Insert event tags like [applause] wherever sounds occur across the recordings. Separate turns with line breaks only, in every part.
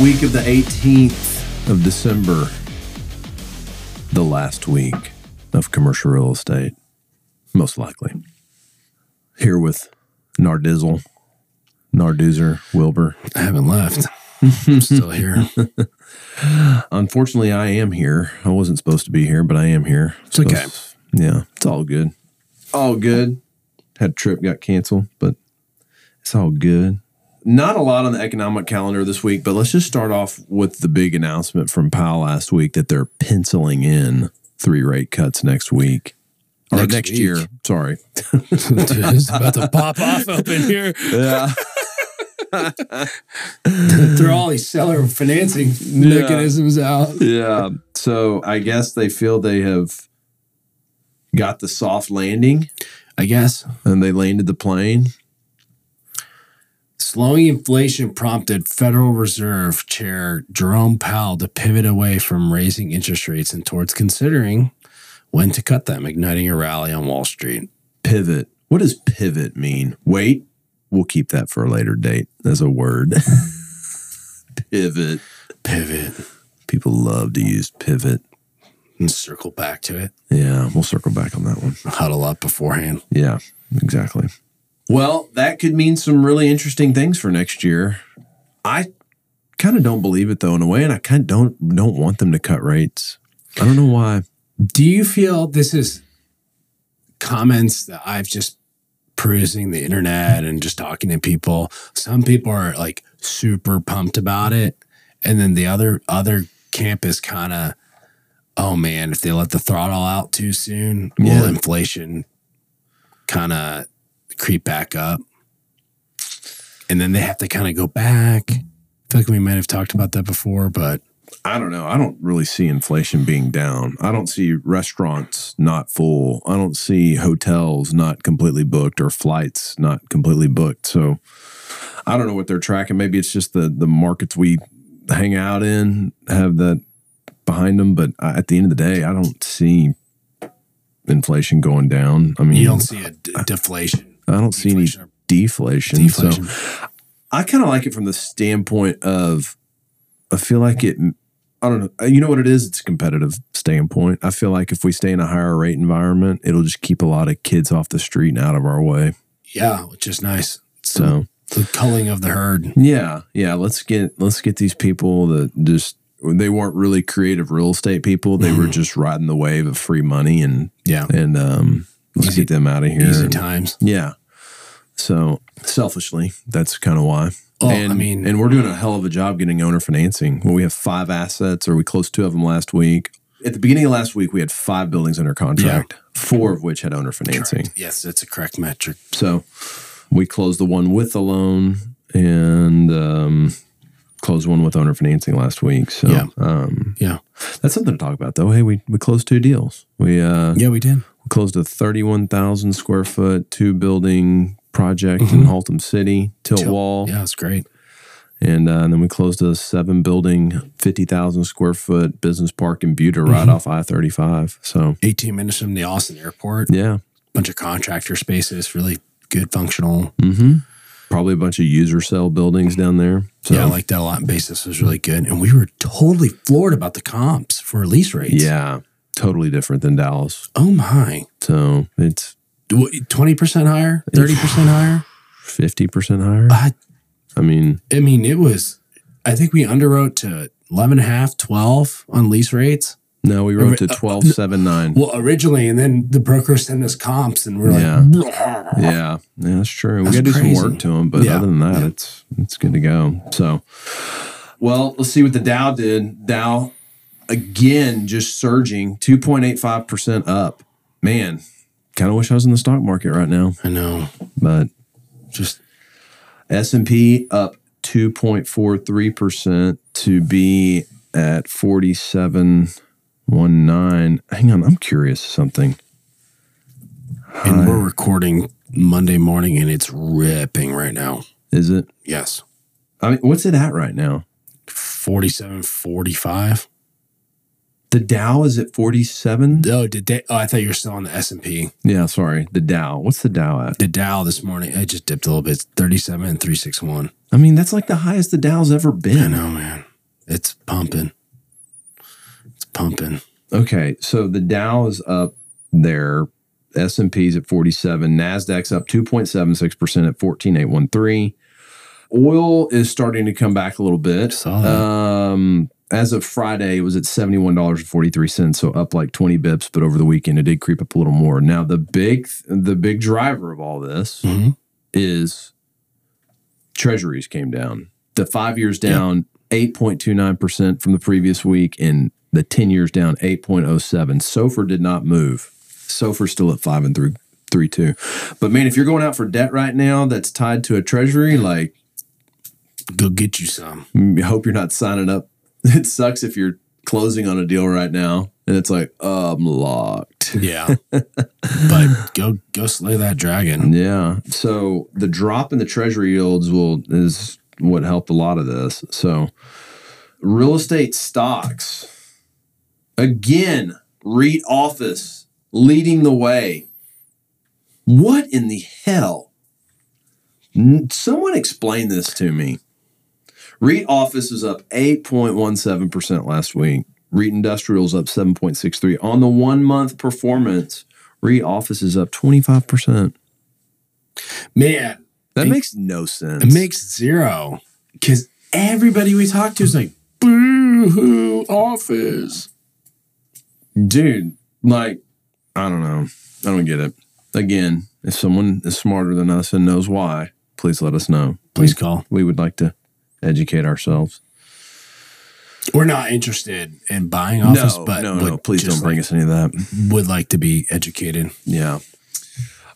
Week of the 18th of December, the last week of commercial real estate, most likely. Here with Nardizzle, Narduzer, Wilbur.
I haven't
[laughs]
left. I'm still here.
Unfortunately, I am here. I wasn't supposed to be here, but I am here. It's
okay.
Yeah, it's all good. All good. Had a trip got canceled, but it's all good. Not a lot on the economic calendar this week, but let's just start off with the big announcement from Powell last week that they're penciling in three rate cuts next week or next,
Next week.
year. Sorry.
Dude, it's about to pop off up in here.
Yeah.
[laughs] throw all these seller financing mechanisms out.
Yeah. So I guess they feel they have got the soft landing
I guess
and they landed the plane.
Slowing inflation prompted Federal Reserve Chair Jerome Powell to pivot away from raising interest rates and towards considering when to cut them, igniting a rally on Wall Street.
Pivot. What does pivot mean? Wait, we'll keep that for a later date as a word. [laughs] pivot.
Pivot
People love to use pivot.
and circle back to it.
Yeah, we'll circle back on that one.
Huddle up beforehand.
Yeah, exactly. Well, that could mean some really interesting things for next year. I kind of don't believe it though in a way and I kind of don't don't want them to cut rates. I don't know why.
Do you feel this is comments that I've just perusing the internet and just talking to people? Some people are like super pumped about it, and then the other other camp is kind of, oh man, if they let the throttle out too soon,
Yeah.
will inflation kind of creep back up? And then they have to kind of go back. I feel like we might have talked about that before, but
I don't know. I don't really see inflation being down. I don't see restaurants not full. I don't see hotels not completely booked or flights not completely booked. So I don't know what they're tracking. Maybe it's just the the markets we hang out in have that behind them. But I, at the end of the day, I don't see inflation going down. I mean,
you don't see a d- deflation.
I don't see any
deflation or
deflation. So
deflation.
I kind of like it from the standpoint of I feel like it. I don't know. You know what it is? It's a competitive standpoint. I feel like if we stay in a higher rate environment, it'll just keep a lot of kids off the street and out of our way.
Yeah, which is nice. So
So
the culling of the herd.
yeah, yeah. Let's get let's get these people that just they weren't really creative real estate people. They were just riding the wave of free money and
Mm-hmm. Yeah.
and um, let's
Easy-
get them out of here.
Easy times.
Yeah. So selfishly, that's kind of why.
Oh,
and,
I mean-
and we're doing a hell of a job getting owner financing. Well, we have five assets, or we closed two of them last week. At the beginning of last week, we had five buildings under contract, four of which had owner financing.
Yes, that's a correct metric.
So we closed the one with a loan and um, closed one with owner financing last week. So
Yeah.
um,
Yeah.
that's something to talk about, though. Hey, we, we closed two deals. We uh,
Yeah, we did.
closed a 31,000 square foot two building project in Haltom City, Tilt,
Mm-hmm. Tilt,
Wall.
Yeah, it's great.
And, uh, then we closed a seven building, 50,000 square foot business park in Butte
Mm-hmm.
right off I 35. So,
18 minutes from the Austin airport,
yeah.
bunch of contractor spaces, really good functional.
Mm-hmm. Probably a bunch of user cell buildings down there. So,
yeah, I like that a lot. Basis was really good. And we were totally floored about the comps for lease rates.
yeah, totally different than Dallas.
Oh my.
So it's
Wha- 20% higher, 30% higher.
50% higher.
I,
I mean,
I mean, it was, I think we underwrote to 11 12 on lease rates.
no, we wrote to
Uh, uh,
1279.
Well, originally, and then the broker sent us comps, and we're
Yeah.
like,
Yeah, yeah, that's true. We
That's
got to do some
crazy.
work to them, but
Yeah.
other than that, it's it's good to go. So, well, let's see what the Dow did. Dow again just surging, two point eight five percent up. Man, kind of wish I was in the stock market right now,
I know.
but
Just
S and P up two point four three percent to be at forty seven one nine. Hang on, I'm curious of something.
and we're recording Monday morning, and it's ripping right now.
Is it?
Yes,
I mean, what's it at right now?
forty-seven, forty-five.
The Dow is at 47.
Oh, did they? Oh, I thought you were still on the S and P.
Yeah, sorry. The Dow. What's the Dow at?
The Dow this morning, I just dipped a little bit. It's Thirty-seven and three six one.
I mean, that's like the highest the Dow's ever
I
been.
know, man. It's pumping. It's pumping.
Okay, so the Dow is up there. S and P's at 47. Nasdaq's up 2.76 percent at 14813. Oil is starting to come back a little bit.
Saw that.
Um, as of Friday, it was at seventy-one dollars and forty-three cents, so up like twenty bips. But over the weekend, it did creep up a little more. Now the big, the big driver of all this
Mhm.
is Treasuries came down. The five years down eight point two nine percent from the previous week, and the ten years down eight point oh seven. Sofer did not move. Sofer's still at five and three three two. But man, if you're going out for debt right now that's tied to a Treasury, like mm,
Go get you some.
I hope you're not signing up. [laughs] It sucks if you're closing on a deal right now and it's like, uh, I'm locked.
Yeah, but go go slay that dragon.
Yeah. So the drop in the treasury yields will is what helped a lot of this. So real estate stocks again, REIT office leading the way. What in the hell? N- Someone explain this to me. REIT office is up 8.17% last week. REIT industrial is up 7.63. On the one month performance, REIT office is up 25%.
Man,
That
It-
makes no sense.
It makes zero because everybody we talk to is like, boo hoo, office.
dude, like, I don't know. I don't get it. Again, if someone is smarter than us and knows why, please let us know.
Please call.
We would like to educate ourselves.
We're not interested in buying office,
no,
but
no,
would
no. Please
just
don't bring us any of that.
like- would like to be educated.
Yeah.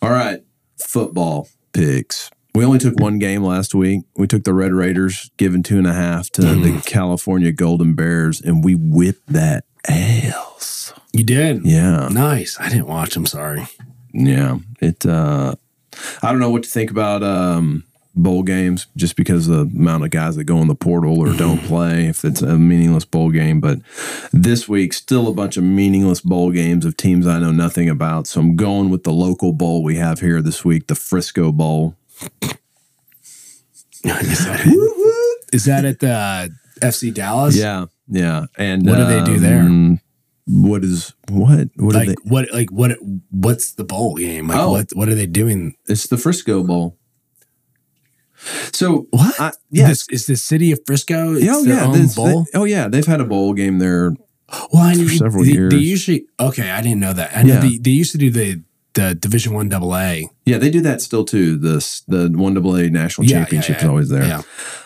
All right. Football picks. We only took one game last week. We took the Red Raiders, giving two and a half to
[clears throat]
the California Golden Bears, and we whipped that ass.
You did.
Yeah.
Nice. I didn't watch.
[laughs]
I'm sorry. [laughs]
Yeah, it. Uh, I don't know what to think about um, bowl games, just because of the amount of guys that go in the portal or
[laughs]
don't play. If it's a meaningless bowl game, but this week still a bunch of meaningless bowl games of teams I know nothing about. So I'm going with the local bowl we have here this week, the Frisco
[laughs]
Bowl.
is, that- is that at the FC Dallas?
Yeah, yeah. And
What do they do there?
um, What is what? What
Like
are they?
what? Like what? What's the bowl game? Like
Oh.
what? What are they doing?
It's the Frisco Bowl. So
What?
I, yeah,
This, is the city of Frisco? It's
oh
their
yeah,
own
this- they-
bowl.
oh yeah, they've had a bowl game there.
Well, I knew
for several
they,
years.
They usually okay. I didn't know that. I know
Yeah.
they, they used to do the the Division One Double
[laughs]
A.
Yeah, they do that still too. The the one A national
Yeah, yeah,
championship is
yeah.
always there,
Yeah.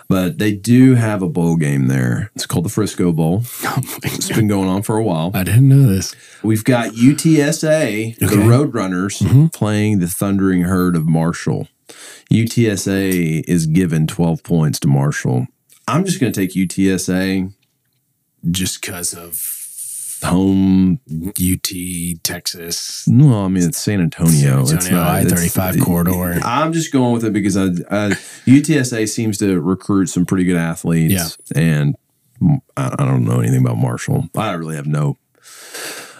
but they do have a bowl game there. It's called the Frisco Bowl. It's been going on for a while.
I didn't know this.
We've got UTSA, the
Uh, Okay. Mm-hmm.
Roadrunners, playing the Thundering Herd of Marshall. UTSA is given twelve points to Marshall. I'm just going to take UTSA
Just because of
home.
UT Texas
No, I mean it's San Antonio.
San
it's
Antonio I
it's-
thirty five corridor.
I'm just going with it because I, I UTSA seems to recruit some pretty good athletes.
Yeah.
And mm, I, I don't know anything about Marshall. I really have no.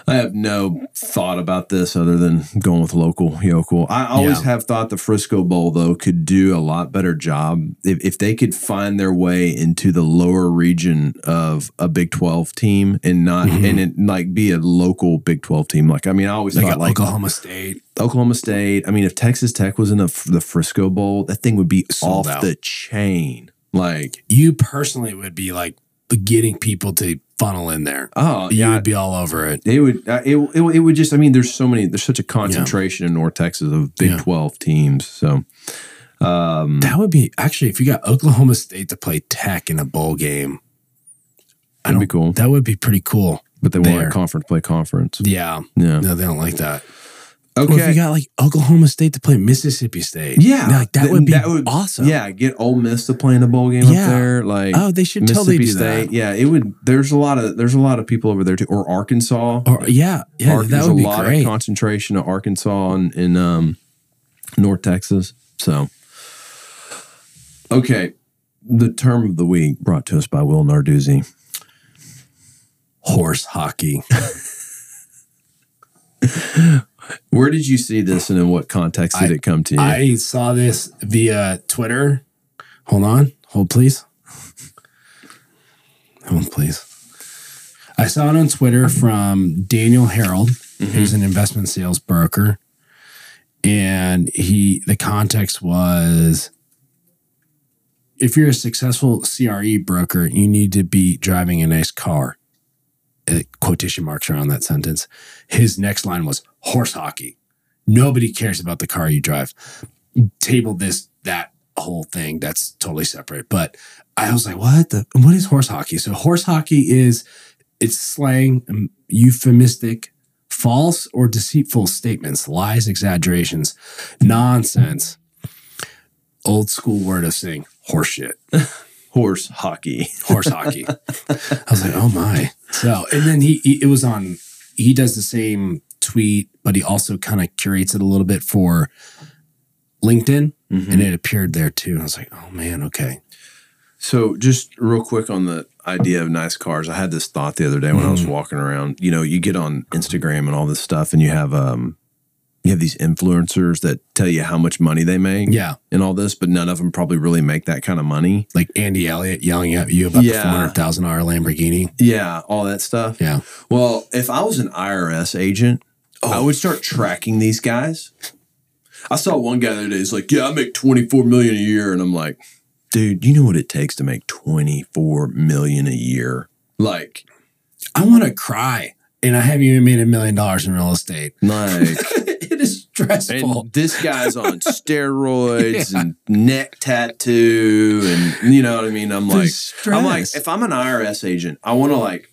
I have no thought about this other than going with local yokel. I always
Yeah.
have thought the Frisco Bowl though could do a lot better job if, if they could find their way into the lower region of a Big Twelve team and not and it, like be a local Big Twelve team. Like I mean, I always
Mm-hmm. Like,
thought
a-
like
Oklahoma State.
Oklahoma State. I mean, if Texas Tech was in the, the Frisco Bowl, that thing would be
Sold
off
out.
the chain. Like,
You personally would be like getting people to funnel in there.
oh
you
yeah,
would be all over it.
it would. uh, It, it it would just. I mean, there's so many. There's such a concentration in North Texas of Big
Yeah.
Twelve teams. So, um,
That would be actually if you got Oklahoma State to play Tech in a bowl game. I
that'd be
don't.
cool.
That would be pretty cool.
But they won't
there.
let conference play conference.
Yeah.
Yeah.
No, they don't like that. Or if you
Okay.
got like Oklahoma State to play Mississippi State.
Yeah.
Like that
Th-
would be
that would-
awesome.
Yeah, get Ole Miss to play in a bowl game
Yeah.
up there. Like
Oh, they should totally
Mississippi
do
State.
that.
Yeah, it would. There's a lot of there's a lot of people over there too, or Arkansas.
Or yeah, yeah,
Ar-
that
there's
would
a
be
lot
great.
of concentration of Arkansas and in um, North Texas. So, okay, the term of the week brought to us by Will Narduzzi.
horse hockey.
Where did you see this and in what context did
I-
it come to you?
I saw this via Twitter. Hold on. Hold, please. Hold, please. I saw it on Twitter from Daniel Harold,
Mm-hmm.
who's an investment sales broker. And he, the context was if you're a successful CRE broker, you need to be driving a nice car. Uh, Quotation marks around that sentence. His next line was horse hockey. Nobody cares about the car you drive. Table this, that whole thing. That's totally separate. But I was like, what the, what is horse hockey? So horse hockey is, it's slang, um, euphemistic, false or deceitful statements, lies, exaggerations, nonsense. Old school word of saying horseshit,
Horse hockey.
horse hockey. I was like, oh my. So, and then he, he, it was on, he does the same tweet, but he also kind of curates it a little bit for LinkedIn
Mhm.
and it appeared there too. And I was like, oh man, okay.
So, just real quick on the idea of nice cars, I had this thought the other day when I
Mm-hmm.
was walking around. You know, you get on Instagram and all this stuff, and you have um, you have these influencers that tell you how much money they make
Yeah,
and all this, but none of them probably really make that kind of money.
like Andy Elliott yelling at you about
Yeah.
the four hundred thousand dollar Lamborghini.
Yeah, all that stuff.
Yeah,
Well, if I was an IRS agent, I would start tracking these guys. I saw one guy the other day. He's like, "Yeah, I make twenty four million a year," and I'm like, "Dude, you know what it takes to make twenty four million a year?" Like,
I want to cry, and I haven't even made a million dollars in real estate.
[laughs] like.
it is stressful.
And this guy's [laughs] on steroids and neck tattoo, and you know what I mean. I'm like, I'm like, if I'm an IRS agent, I want to like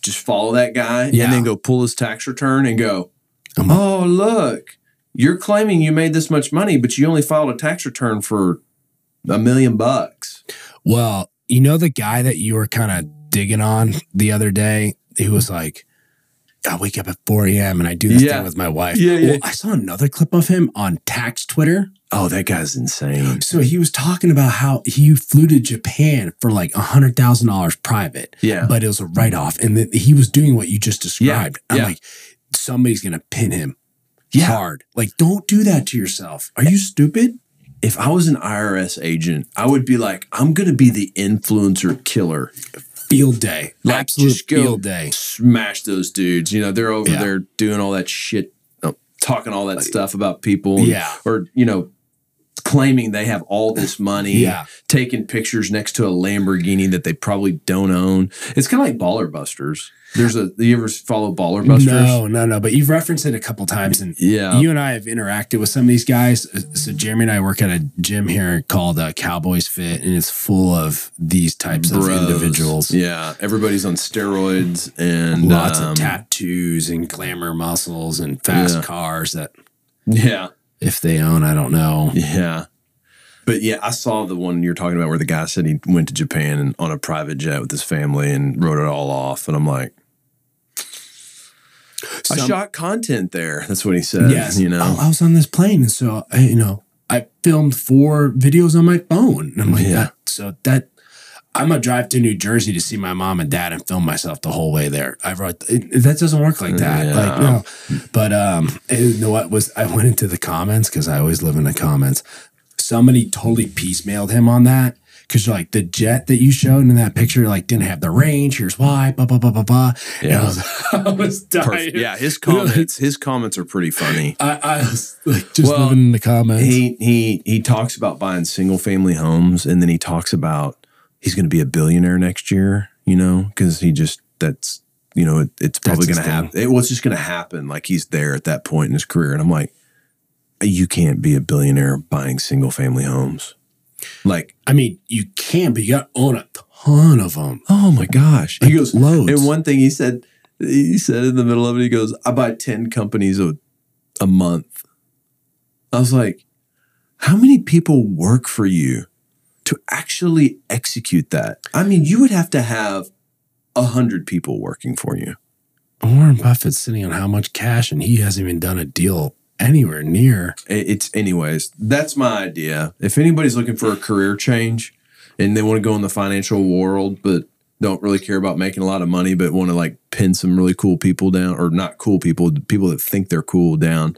just follow that guy
Yeah.
and then go pull his tax return and go,
Um,
oh look, you're claiming you made this much money, but you only filed a tax return for a million bucks.
well, you know the guy that you were kind of digging on the other day. He was like. I wake up at 4 a.m. and I do this
Yeah.
thing with my wife.
Yeah, yeah.
Well, I saw another clip of him on tax Twitter.
Oh, that guy's insane.
So he was talking about how he flew to Japan for like a hundred thousand dollars private,
Yeah.
but it was a write off, and that he was doing what you just described. I'm
yeah.
like, somebody's gonna pin him
Yeah.
hard. Like, don't do that to yourself. Are you stupid?
If I was an IRS agent, I would be like, I'm gonna be the influencer killer.
Field day,
Like,
absolute
just go-
field day.
smash those dudes. You know, they're over
Yeah.
there doing all that shit, uh, talking all that stuff about people.
Yeah.
Or, you know, claiming they have all this money,
Yeah.
taking pictures next to a Lamborghini that they probably don't own. It's kind of like Baller Busters. There's a, you ever follow Baller Busters?
No, no, no. But you've referenced it a couple times, and
Yeah.
you and I have interacted with some of these guys. Uh, So Jeremy and I work at a gym here called uh, Cowboys Fit, and it's full of these types
Bros.
of individuals.
Yeah. Everybody's on steroids and
lots
um,
of tattoos and glamour muscles and fast
Yeah.
cars that
Yeah.
if they own, I don't know.
Yeah. But yeah, I saw the one you're talking about where the guy said he went to Japan and on a private jet with his family and wrote it all off. And I'm like, I
Some- Oh,
shot content there. [laughs] That's what he said. You know,
I, I was on this plane, and so I, you know, I filmed four videos on my phone, and I'm like,
Yeah.
that, so that I'm gonna drive to New Jersey to see my mom and dad and film myself the whole way there. I wrote it, that doesn't work like that, like
Yeah.
no. But um, and you know what was I went into the comments because I always live in the comments. Somebody totally piecemealed him on that. Cause you're like the jet that you showed in that picture, like didn't have the range. Here's why, blah blah blah blah blah. And
Yeah.
I was, [laughs] I was dying.
[laughs] perfect. Yeah. His comments, his comments are pretty funny.
I, I was [laughs] like just
Well,
living in the comments.
He, he, he talks about buying single family homes and then he talks about he's going to be a billionaire next year, you know, cause he just, that's, you know, it, it's probably
his
going to
thing.
happen. It was just going to happen. Like he's there at that point in his career. And I'm like, you can't be a billionaire buying single family homes. Like,
I mean, you can, but you got to own a ton of them.
oh my gosh. He goes,
loads.
And one thing he said, he said in the middle of it, he goes, I buy 10 companies a, a month. I was like, how many people work for you to actually execute that? I mean, you would have to have a hundred people working for you.
Warren Buffett's sitting on how much cash, and he hasn't even done a deal anywhere near.
It- It's anyways, that's my idea. If anybody's looking for a career change and they want to go in the financial world, but don't really care about making a lot of money, but want to like pin some really cool people down, or not cool people, people that think they're cool down.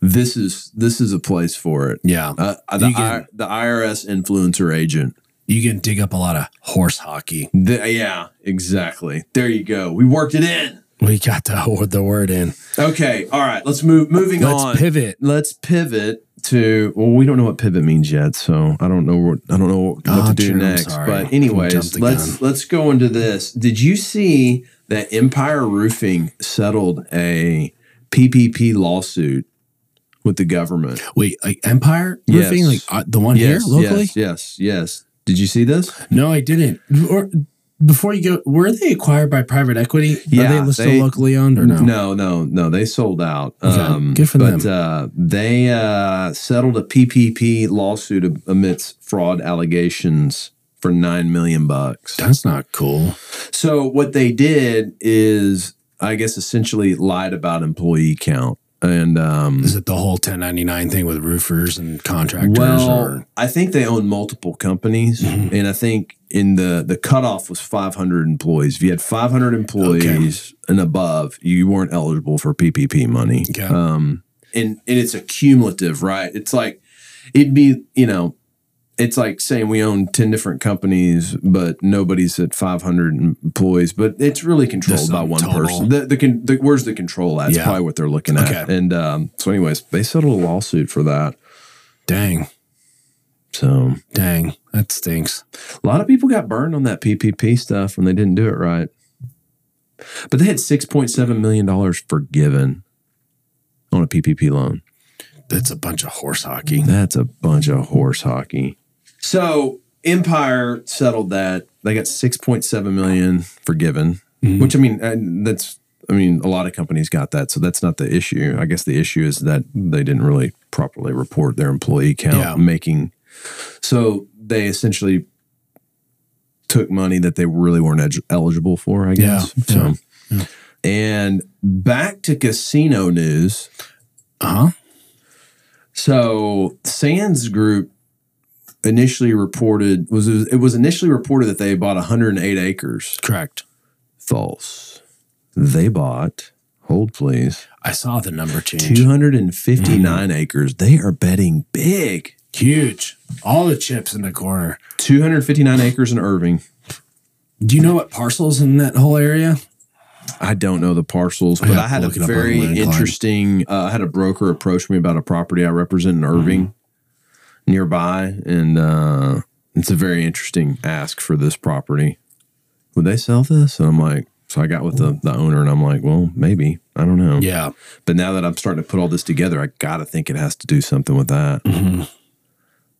This is this is a place for it.
Yeah.
Uh, the,
You can-
I, the IRS influencer agent.
You can dig up a lot of horse hockey.
The- yeah, exactly. There you go. We worked it in.
We got the, [laughs] the word in.
Okay. All right. Let's move. Moving
Let's
on.
pivot.
let's pivot to. Well, we don't know what pivot means yet, so I don't know what I don't know what, what
Oh,
to do
true, I'm
next.
sorry.
But
Jumped
anyways,
the
let's let's go into this. Did you see that Empire Roofing settled a PPP lawsuit with the government?
Wait, like Empire
Yes.
roofing, like uh, the one
yes,
here locally?
yes, yes, yes. Did you see this?
No, I didn't. Or before you go, were they acquired by private equity?
Yeah,
Are they listed
they-
locally owned or no?
No, no, no. They sold out.
Okay,
Um,
good for
but,
them.
uh, they uh, settled a PPP lawsuit am- amidst fraud allegations for nine million bucks.
That's not cool.
So what they did is, I guess, essentially lied about employee count. And um,
Is it the whole 1099 thing with roofers and contractors?
well,
or, [clears throat]
I think they own multiple companies,
Mhm.
Mm-hmm. and I think in the the cutoff was 500 employees. If you had 500 employees and above, you weren't eligible for PPP money.
Okay.
Um, and and it's accumulative, right? It's like it'd be you know. It's like saying we own 10 different companies, but nobody's at 500 employees, but it's really controlled
Just
by
some
one
total.
person. The, the, con- the, where's the control at? That's
Yeah.
probably what they're looking at.
Okay.
And um, so, anyways, they settled a lawsuit for that.
dang,
So,
dang, that stinks.
A lot of people got burned on that PPP stuff when they didn't do it right. But they had $6.7 million forgiven on a PPP loan.
That's a bunch of horse hockey.
That's a bunch of horse hockey. So Empire settled that. They got 6.7 million forgiven,
Mhm.
which I mean, and that's, I mean, a lot of companies got that. So that's not the issue. I guess the issue is that they didn't really properly report their employee count
Yeah.
making. So they essentially took money that they really weren't edu- eligible for, I
Yeah,
guess. So, and back to casino news.
Uh huh.
So Sands Group initially reported was it was initially reported that they bought 108 acres.
Correct.
False. They bought. Hold please.
I saw the number change.
259 acres. They are betting big.
Huge. All the chips in the corner.
259 acres in Irving.
Do you know what parcels in that whole area?
I don't know the parcels, but
Yeah,
I had a
look it up on
very
Land Climb.
interesting. Uh, I had a broker approach me about a property I represent in Irving Mm-hmm. nearby, and uh, it's a very interesting ask for this property. Would they sell this? And I'm like, so I got with the, the owner, and I'm like, well, maybe I don't know.
Yeah.
But now that I'm starting to put all this together, I gotta think it has to do something with that.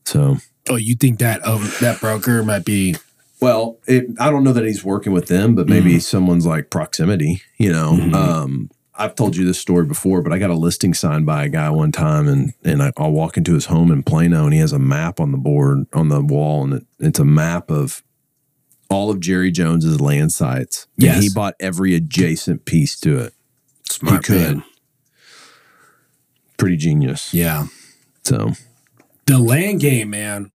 So.
Mm-hmm. Oh, you think that oh, that broker might be
Well, it, I don't know that he's working with them, but maybe someone's like proximity, you know. Um, I've told you this story before, but I got a listing signed by a guy one time, and and I, I'll walk into his home in Plano, and he has a map on the board on the wall, and it, it's a map of all of Jerry Jones's land sites. And
Yes.
he bought every adjacent piece to it.
smart?
he could.
man?
Pretty genius.
Yeah.
So
the land game, man.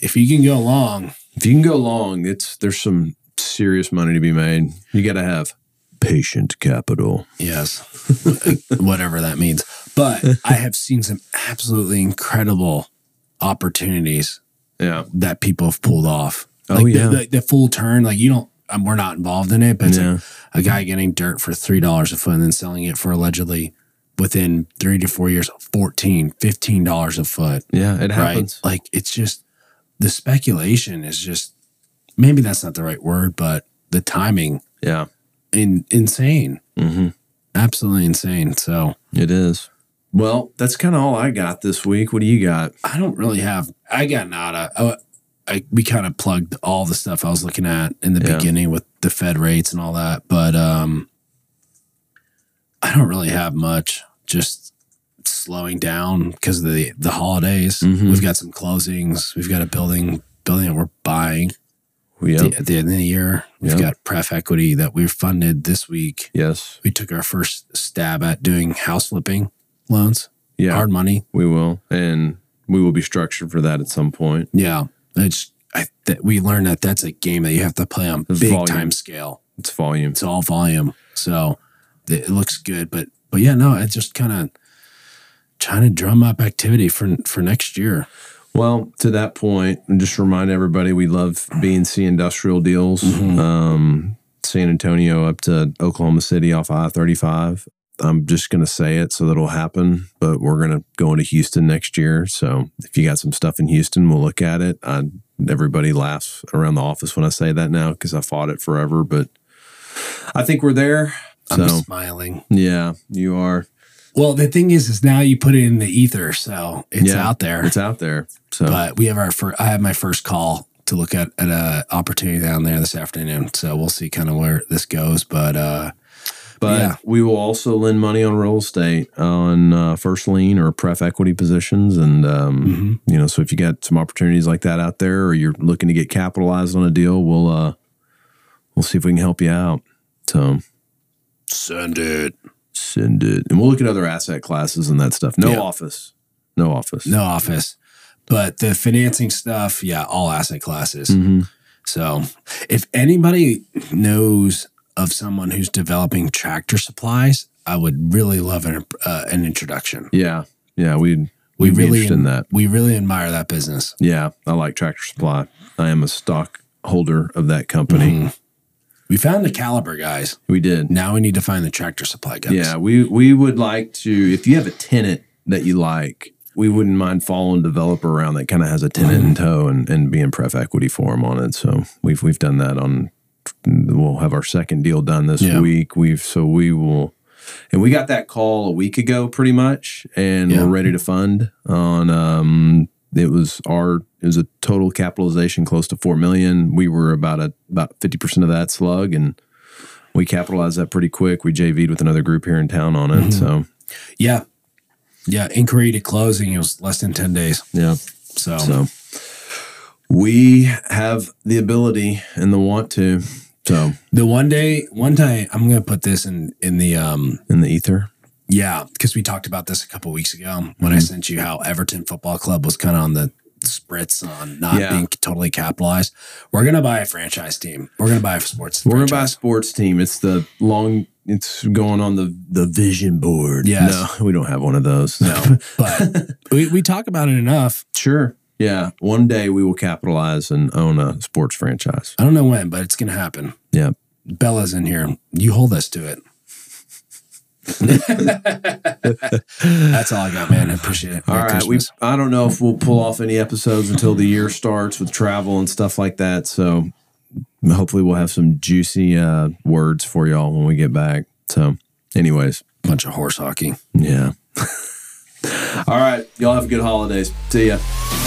If you can go long,
if you can go long, it's there's some serious money to be made. You got to have patient capital.
yes, [laughs] whatever that means. But I have seen some absolutely incredible opportunities
Yeah.
that people have pulled off.
Oh,
Like, the-
yeah.
the, the, full turn. Like you don't, um, we're not involved in it, but it's like
Yeah.
a guy getting dirt for three dollars a foot and then selling it for allegedly within three to four years, 14 dollars a foot.
Yeah, it happens.
Right? Like it's just the speculation is just maybe that's not the right word, but the timing
Yeah.
in insane,
hmm
absolutely insane. So
It is. Well, that's kind of all I got this week. What do you got?
I don't really have. I got nada. I, I we kind of plugged all the stuff I was looking at in the
Yeah.
beginning with the Fed rates and all that, but um, I don't really have much. Just slowing down because of the the holidays.
Mhm.
We've got some closings. We've got a building building that we're buying.
Yep.
the, at the end of the year. We've
Yep.
got pref equity that we've funded this week.
Yes.
We took our first stab at doing house flipping loans,
Yeah,
hard money.
we will. And we will be structured for that at some point.
Yeah. It's, I, that we learned that that's a game that you have to play on
It's
big
volume.
time scale.
It's volume.
It's all volume, so it looks good. But but yeah, no, I just kind of trying to drum up activity for for next year.
Well, to that point, and just remind everybody we love B and C industrial deals.
Mhm.
Um, San Antonio up to Oklahoma City off I thirty five. I'm just gonna say it so that'll happen. But we're gonna go into Houston next year. So if you got some stuff in Houston, we'll look at it. I everybody laughs around the office when I say that now because I fought it forever, but I think we're there.
I'm
So
smiling.
yeah, you are.
Well, the thing is, is now you put it in the ether, so it's
Yeah.
out there.
It's out there. So
but we have our first, I have my first call to look at at a opportunity down there this afternoon. So we'll see kind of where this goes. But uh,
But
Yeah.
we will also lend money on real estate on uh, first lien or pref equity positions. And, um,
mhm.
you know, so if you got some opportunities like that out there or you're looking to get capitalized on a deal, we'll, uh, we'll see if we can help you out. So
send it.
send it. And we'll look at other asset classes and that stuff. No
Yeah.
office. No office.
No office, but the financing stuff, yeah, all asset classes.
Mhm.
So if anybody knows of someone who's developing tractor supplies, I would really love an, uh, an introduction.
Yeah. Yeah. We'd,
We
we'd be
really
interested in that.
we really admire that business.
Yeah. I like Tractor Supply. I am a stockholder of that company.
Mhm. We found the caliber guys.
We did.
Now we need to find the tractor supply guys.
Yeah, we we would like to. If you have a tenant that you like, we wouldn't mind following a developer around that kind of has a tenant in tow and, and being pref equity for them on it. So we've we've done that on. We'll have our second deal done this
Yeah.
week. We've so we will, and we got that call a week ago, pretty much, and
Yeah.
we're ready to fund on. um it was our it was a total capitalization close to four million. We were about a about fifty percent of that slug, and we capitalized that pretty quick. We JV'd with another group here in town on it. So
Yeah. Yeah. Inquiry to closing, it was less than 10 days.
yeah,
So,
so we have the ability and the want to. So
the one day, one day, I'm going to put this in, in the, um,
in the ether,
yeah, because we talked about this a couple weeks ago when I
Mhm.
sent you how Everton Football Club was kind of on the spritz on not
Yeah.
being totally capitalized. We're going to buy a franchise team. We're going to buy a sports.
we're gonna buy a
franchise.
sports team. It's the long. It's going on the the vision board.
Yes.
No, we don't have one of those.
No, but we, we talk about it enough.
[laughs] sure. Yeah, one day we will capitalize and own a sports franchise.
I don't know when, but it's going to happen.
Yeah.
Bella's in here. You hold us to
[laughs]
it. [laughs] That's all I got, man. I appreciate it.
All
Merry
right,
Christmas.
we I don't know if we'll pull off any episodes until the year starts with travel and stuff like that. So hopefully we'll have some juicy uh, words for y'all when we get back. So, anyways,
bunch of horse hockey.
[laughs] yeah. All right, y'all have a good holidays. See ya.